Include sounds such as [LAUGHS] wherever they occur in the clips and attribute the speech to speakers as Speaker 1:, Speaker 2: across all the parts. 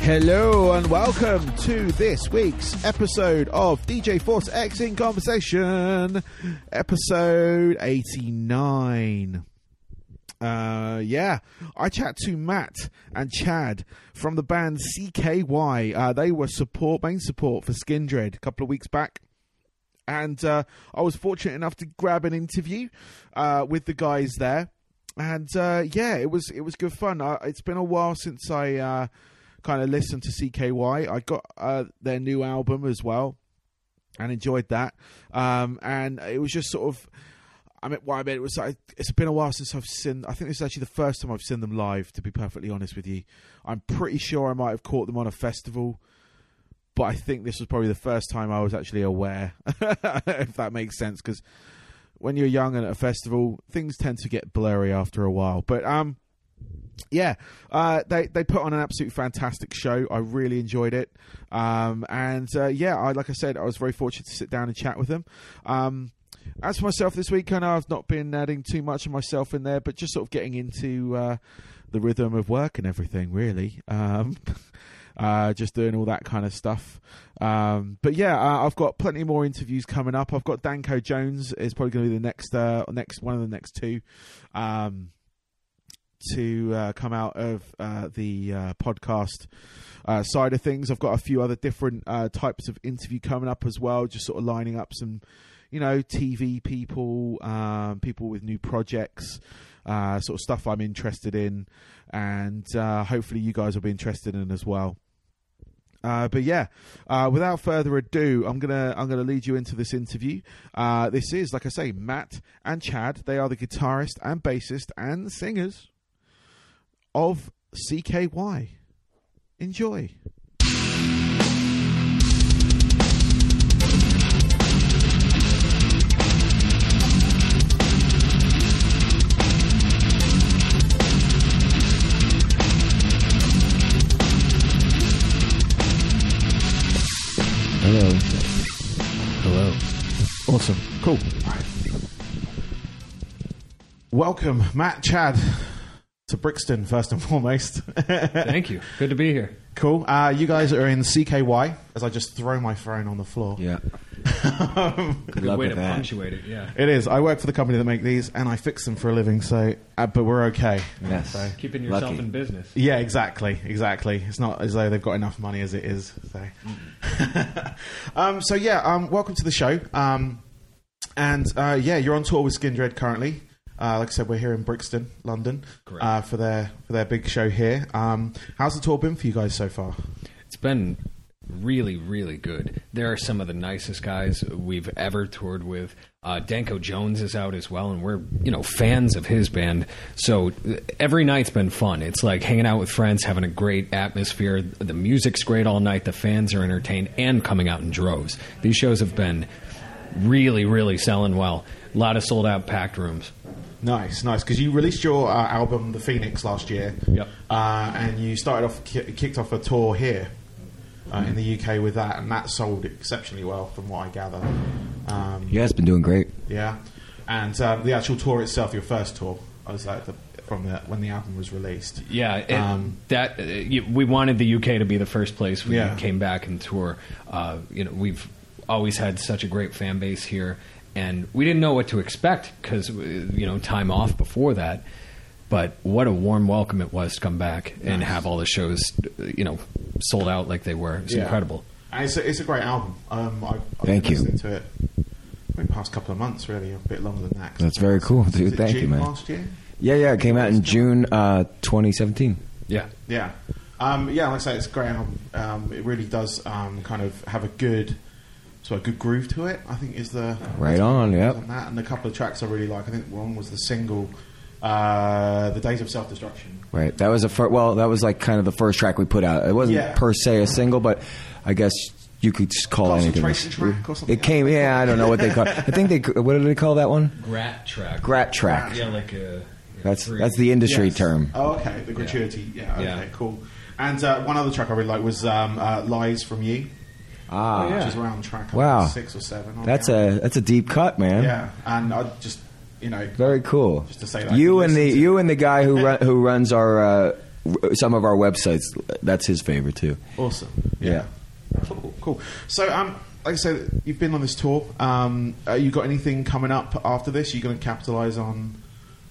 Speaker 1: Hello and welcome to this week's episode of DJ Force X in Conversation, episode 89. Uh, yeah, I chat to Matt and Chad from the band CKY. Uh, they were support, main support for Skindred a couple of weeks back and uh, I was fortunate enough to grab an interview uh, with the guys there, and uh, yeah, it was it was good fun. I, it's been a while since I uh, kind of listened to CKY. I got uh, their new album as well, and enjoyed that. Um, and it was just sort of. I mean, what I meant was, like, it's been a while since I've seen. I think this is actually the first time I've seen them live. To be perfectly honest with you, I'm pretty sure I might have caught them on a festival but I think this was probably the first time I was actually aware, [LAUGHS] if that makes sense, because when you're young and at a festival, things tend to get blurry after a while. But um, yeah, uh, they they put on an absolute fantastic show. I really enjoyed it, um, and uh, yeah, I like I said, I was very fortunate to sit down and chat with them. Um, as for myself this weekend, I've not been adding too much of myself in there, but just sort of getting into uh, the rhythm of work and everything, really. Um, [LAUGHS] uh, just doing all that kind of stuff. Um, but yeah, uh, I've got plenty more interviews coming up. I've got Danko Jones is probably going to be the next uh, next one of the next two. Um, to uh, come out of uh, the uh, podcast uh, side of things. I've got a few other different uh, types of interview coming up as well, just sort of lining up some, you know, TV people, um, people with new projects, uh, sort of stuff I'm interested in, and uh, hopefully you guys will be interested in as well. Uh, but yeah, uh, without further ado, I'm gonna I'm gonna lead you into this interview. Uh, this is, like I say, Matt and Chad. They are the guitarist and bassist and singers of CKY. Enjoy.
Speaker 2: Hello. Hello. Awesome. Cool.
Speaker 1: Welcome, Matt Chad, to Brixton first and [LAUGHS] foremost.
Speaker 3: Thank you. Good to be here.
Speaker 1: cool. Uh, you guys are in CKY. As I just throw my phone on the floor.
Speaker 2: Yeah. Good
Speaker 3: Good
Speaker 2: luck
Speaker 3: way to
Speaker 2: with that.
Speaker 3: punctuate it. Yeah.
Speaker 1: It is. I work for the company that make these, and I fix them for a living. So, uh, but we're okay.
Speaker 2: Yes.
Speaker 3: Keeping yourself
Speaker 2: Lucky.
Speaker 3: in business.
Speaker 1: Yeah, exactly, exactly. It's not as though they've got enough money as it is. So, [LAUGHS] um, so yeah, um, welcome to the show. Um, and uh, yeah, you're on tour with Skindred currently. Uh, like I said, we're here in Brixton, London,
Speaker 3: Correct.
Speaker 1: uh, for their for their big show here. Um, how's the tour been for you guys so far?
Speaker 3: It's been really, really good. There are some of the nicest guys we've ever toured with. Uh, Danko Jones is out as well, and we're you know fans of his band. So uh, every night's been fun. It's like hanging out with friends, having a great atmosphere. The music's great all night. The fans are entertained, and coming out in droves. These shows have been really, really selling well. A lot of sold out packed rooms.
Speaker 1: Nice, nice. Because you released your uh, album, The Phoenix, last year.
Speaker 3: Yep.
Speaker 1: Uh, and you started off, ki- kicked off a tour here uh, in the UK with that, and that sold exceptionally well, from what I gather. Um,
Speaker 2: You guys been doing great.
Speaker 1: Yeah, and um, the actual tour itself, your first tour, I was like the, from the, when the album was released.
Speaker 3: Yeah, it,
Speaker 1: Um,
Speaker 3: that uh, you, we wanted the UK to be the first place we
Speaker 1: Yeah.
Speaker 3: came back and tour. Uh, you know, we've always had such a great fan base here, and we didn't know what to expect because you know time off before that. But what a warm welcome it was to come back and
Speaker 1: Nice.
Speaker 3: have all the shows, uh, you know, sold out like they were. It's
Speaker 1: Yeah.
Speaker 3: incredible.
Speaker 1: And it's a, it's a great album. Um, I, I've
Speaker 2: Thank
Speaker 1: been
Speaker 2: you.
Speaker 1: Listening to it, the past couple of months, really, a bit longer than that. 'cause
Speaker 2: That's very cool,
Speaker 1: was
Speaker 2: dude.
Speaker 1: it
Speaker 2: Thank
Speaker 1: June
Speaker 2: you, man.
Speaker 1: Last year,
Speaker 2: Yeah, yeah. It came out in June uh, 2017.
Speaker 3: Yeah.
Speaker 1: yeah, um, yeah. Like I say, it's a great album. Um, it really does um, kind of have a good. So a good groove to it, I think, is the
Speaker 2: Right on. Yep.
Speaker 1: on that, and a couple of tracks I really like. I think one was the single, uh, "The Days of Self Destruction."
Speaker 2: Right. That was a fir- well. That was like kind of the first track we put out. It wasn't
Speaker 1: Yeah.
Speaker 2: per se a single, but I guess you could just call it anything.
Speaker 1: Concentration track or something?
Speaker 2: It came. Yeah, I don't know what they call. I think they. [LAUGHS] What did they call that one?
Speaker 3: Grat track.
Speaker 2: Grat track.
Speaker 3: Yeah, like a.
Speaker 2: That's that's the industry
Speaker 1: Yes.
Speaker 2: term.
Speaker 1: Oh, okay, the gratuity. Yeah,
Speaker 3: Yeah.
Speaker 1: okay, cool. And uh, one other track I really like was um, uh, "Lies from You," Oh,
Speaker 2: Ah,
Speaker 1: which is around track I
Speaker 2: Wow.
Speaker 1: think, six or seven. on
Speaker 2: that's
Speaker 1: the album.
Speaker 2: a that's a deep cut, man.
Speaker 1: yeah. And I just you know
Speaker 2: Very cool.
Speaker 1: Just to say that I
Speaker 2: you
Speaker 1: can
Speaker 2: and the
Speaker 1: listen to-
Speaker 2: you and the guy who run, who runs our uh, some of our websites. That's his favorite too.
Speaker 1: Awesome.
Speaker 2: Yeah.
Speaker 1: Cool. cool. So, um, like I said, you've been on this tour. Um, uh, you got anything coming up after this? Are you going to capitalize on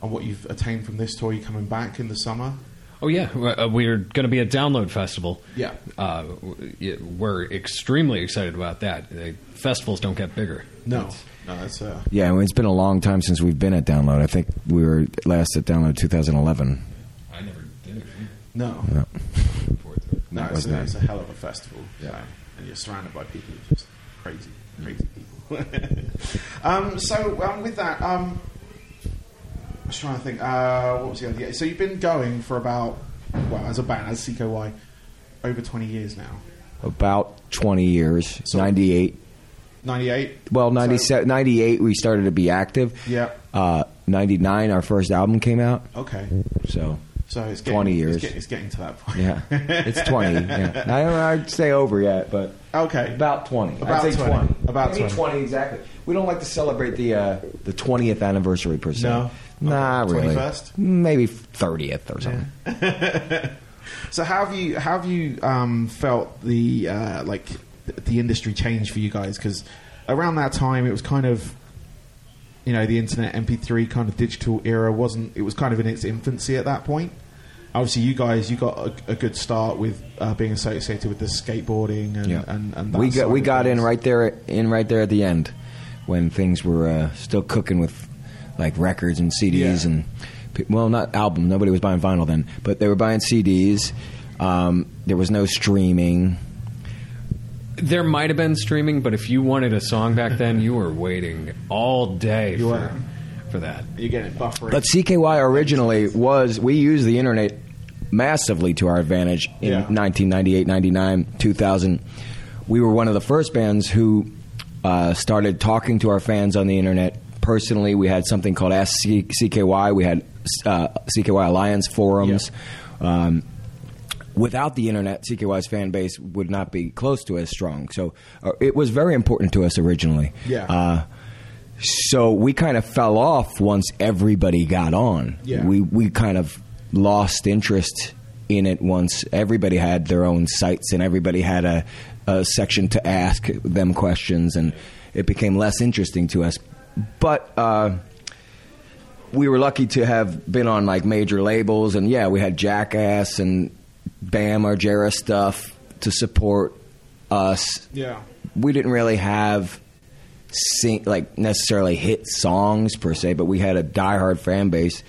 Speaker 1: on what you've attained from this tour? You coming back in the summer?
Speaker 3: Oh yeah, We're- uh, we're going to be at Download Festival.
Speaker 1: Yeah.
Speaker 3: uh, w- yeah, we're extremely excited about that. Uh, Festivals don't get bigger.
Speaker 1: No,
Speaker 3: It's-
Speaker 1: no, that's uh,
Speaker 2: Yeah, well, it's been a long time since we've been at Download. I think we were last at Download 2011.
Speaker 3: I never did it
Speaker 1: no,
Speaker 2: Yeah.
Speaker 3: before.
Speaker 1: no.
Speaker 2: That
Speaker 1: It's,
Speaker 2: was
Speaker 1: a,
Speaker 2: nice.
Speaker 1: it's a hell of a festival.
Speaker 2: Yeah.
Speaker 1: so- and you're surrounded by people who are just crazy, crazy people. [LAUGHS] um, so, um, with that, um, I was trying to think. Uh, what was the idea? So, you've been going for about well, as a band, as CKY, over 20 years now.
Speaker 2: About 20 years,
Speaker 1: So-
Speaker 2: 98.
Speaker 1: 98.
Speaker 2: Well,
Speaker 1: So-
Speaker 2: 97, 98 we started to be active.
Speaker 1: Yeah.
Speaker 2: Uh, 99 our first album came out.
Speaker 1: Okay.
Speaker 2: So
Speaker 1: So it's getting,
Speaker 2: 20
Speaker 1: it's
Speaker 2: years.
Speaker 1: get- It's getting, to that point.
Speaker 2: yeah, it's 20.
Speaker 1: [LAUGHS]
Speaker 2: Yeah. I don't know, I'd say over yet, but
Speaker 1: Okay.
Speaker 2: about 20.
Speaker 1: About
Speaker 2: I'd say
Speaker 1: 20.
Speaker 2: 20.
Speaker 1: About
Speaker 2: Maybe
Speaker 1: 20.
Speaker 2: 20 exactly. We don't like to celebrate the uh, the 20th anniversary per se.
Speaker 1: No?
Speaker 2: Nah,
Speaker 1: Okay.
Speaker 2: really.
Speaker 1: 21st?
Speaker 2: Maybe 30th or something.
Speaker 1: So how have you how have you um, felt the uh, like th- the industry change for you guys? Because around that time, it was kind of you know the internet MP3 kind of digital era wasn't. It was kind of in its infancy at that point. Obviously, you guys you got a, a good start with uh, being associated with the skateboarding and and, and that
Speaker 2: we
Speaker 1: side
Speaker 2: got we
Speaker 1: of
Speaker 2: got in
Speaker 1: things.
Speaker 2: right there in right there at the end when things were uh, still cooking with like records and CDs
Speaker 1: Yeah.
Speaker 2: and pe- well not album nobody was buying vinyl then but they were buying CDs um, there was no streaming
Speaker 3: There might have been streaming, but if you wanted a song back then, you were waiting all day
Speaker 1: You
Speaker 3: for,
Speaker 1: were.
Speaker 3: for that.
Speaker 1: You're getting buffering.
Speaker 2: but CKY originally was we used the internet massively to our advantage in
Speaker 1: Yeah.
Speaker 2: 1998 99 2000 we were one of the first bands who uh, started talking to our fans on the internet personally we had something called ask C- CKY we had uh, CKY Alliance forums um, without the internet, CKY's fan base would not be close to as strong. So uh, it was very important to us originally.
Speaker 1: Yeah.
Speaker 2: Uh, so we kind of fell off once everybody got on.
Speaker 1: Yeah.
Speaker 2: We we kind of lost interest in it once everybody had their own sites and everybody had a, a section to ask them questions and it became less interesting to us. But uh, we were lucky to have been on like major labels, and yeah, we had Jackass and Bam Margera stuff to support us.
Speaker 1: yeah.
Speaker 2: We didn't really have sing- like necessarily hit songs per se, but we had a diehard fan base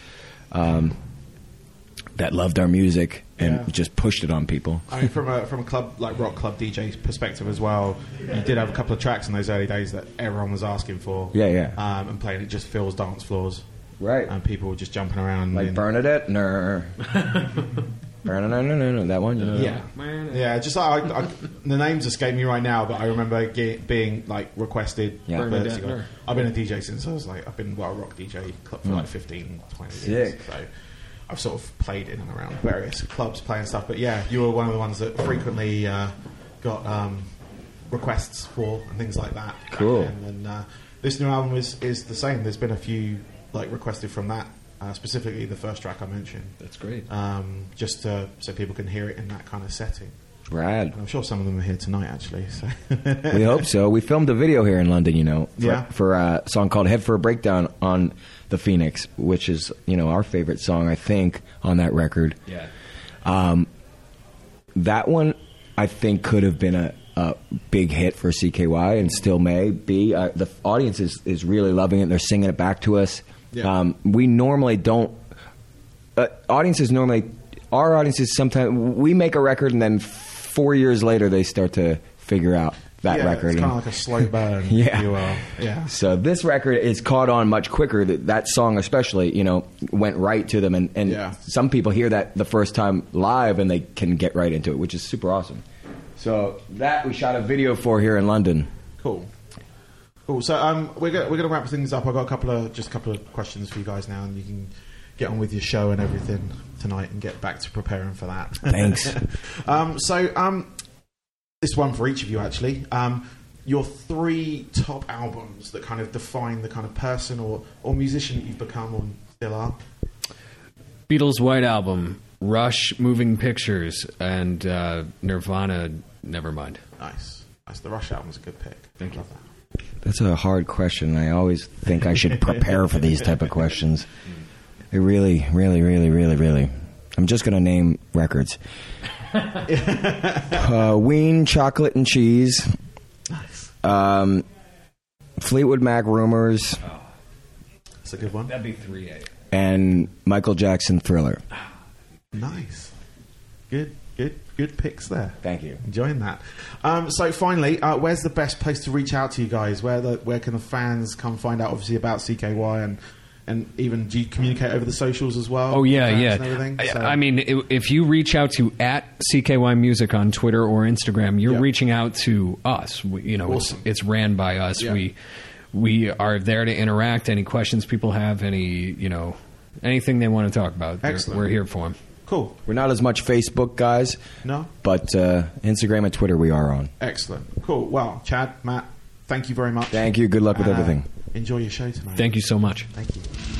Speaker 2: um, that loved our music and
Speaker 1: Yeah.
Speaker 2: just pushed it on people.
Speaker 1: I mean, from a from a club like rock club DJ perspective as well, you did have a couple of tracks in those early days that everyone was asking for.
Speaker 2: Yeah, yeah.
Speaker 1: Um, and playing it just fills dance floors,
Speaker 2: Right.
Speaker 1: and people were just jumping around.
Speaker 2: like
Speaker 1: and-
Speaker 2: Bernadette, no, Bernadette, no, no, no, that one.
Speaker 1: Yeah, yeah. Just like I, I, the names escape me right now, but I remember ge- being like requested.
Speaker 2: Yeah.
Speaker 1: but-
Speaker 3: Bernadette Nur.
Speaker 1: I've been a DJ since I was like I've been well rock DJ club for like 15, 20 years.
Speaker 2: Sick.
Speaker 1: So I've sort of played in and around various clubs playing stuff. But yeah, you were one of the ones that frequently uh, got um, requests for and things like that. back
Speaker 2: Cool.
Speaker 1: then. And uh, this new album is is the same. There's been a few like requested from that. Uh, specifically, the first track I mentioned
Speaker 3: That's great.
Speaker 1: um, just to, so people can hear it in that kind of setting.
Speaker 2: Rad.
Speaker 1: And I'm sure some of them are here tonight, actually.
Speaker 2: [LAUGHS]
Speaker 1: So
Speaker 2: we hope so. We filmed a video here in London, you know, for,
Speaker 1: Yeah.
Speaker 2: for a song called "Head for a Breakdown" on the Phoenix, which is you know our favorite song, I think, on that record.
Speaker 3: Yeah.
Speaker 2: That one, I think, could have been a, a big hit for CKY, and still may be. Uh, the audience is is really loving it. They're singing it back to us.
Speaker 1: Yeah.
Speaker 2: Um, we normally don't. Uh, audiences normally, our audiences sometimes we make a record and then four years later they start to figure out that
Speaker 1: yeah,
Speaker 2: record.
Speaker 1: It's kind
Speaker 2: and-
Speaker 1: of like a slow
Speaker 2: [LAUGHS]
Speaker 1: burn.
Speaker 2: Yeah.
Speaker 1: You are. Yeah.
Speaker 2: So this record is caught on much quicker. That, that song, especially, you know, went right to them, and, and
Speaker 1: Yeah.
Speaker 2: some people hear that the first time live and they can get right into it, which is super awesome. So that we shot a video for here in London.
Speaker 1: Cool. Cool. So um, we're gonna, we're going to wrap things up. I've got a couple of just a couple of questions for you guys now, and you can get on with your show and everything tonight, and get back to preparing for that. [LAUGHS]
Speaker 2: Thanks.
Speaker 1: um, so um, this one for each of you actually. Um, your three top albums that kind of define the kind of person or, or musician that you've become or still are.
Speaker 3: Beatles' White Album, Rush, Moving Pictures, and uh, Nirvana. Never mind.
Speaker 1: Nice. Nice. The Rush album's a good pick. Thank Love that.
Speaker 2: That's a hard question. I always think I should prepare for these type of questions. I really, really, really, really, really. I'm just going to name records. uh, Ween, Chocolate and Cheese. Um, Fleetwood Mac Rumors
Speaker 1: That's a good one.
Speaker 3: That'd be three A.
Speaker 2: and Michael Jackson Thriller.
Speaker 1: Nice. Good, good, good picks there.
Speaker 2: Thank you.
Speaker 1: Enjoying that. Um, so finally, uh, where's the best place to reach out to you guys? Where the where can the fans come find out obviously about CKY and and even do you communicate over the socials as well?
Speaker 3: Oh yeah,
Speaker 1: Fans
Speaker 3: yeah.
Speaker 1: And everything.
Speaker 3: I-
Speaker 1: So-
Speaker 3: I, mean, i- if you reach out to at CKY Music on Twitter or Instagram, you're
Speaker 1: Yeah.
Speaker 3: reaching out to us. We, you know,
Speaker 1: Awesome.
Speaker 3: it's it's ran by us.
Speaker 1: Yeah.
Speaker 3: We we are there to interact. Any questions people have, any you know, anything they want to talk about, they're-
Speaker 1: Excellent.
Speaker 3: we're here for them.
Speaker 1: cool.
Speaker 2: We're not as much Facebook guys.
Speaker 1: No?
Speaker 2: But uh, Instagram and Twitter we are on.
Speaker 1: Excellent. Cool. Well, Chad, Matt, thank you very much.
Speaker 2: Thank you. Good luck with
Speaker 1: Uh,
Speaker 2: everything.
Speaker 1: Enjoy your show tonight.
Speaker 3: Thank you so much.
Speaker 1: Thank you.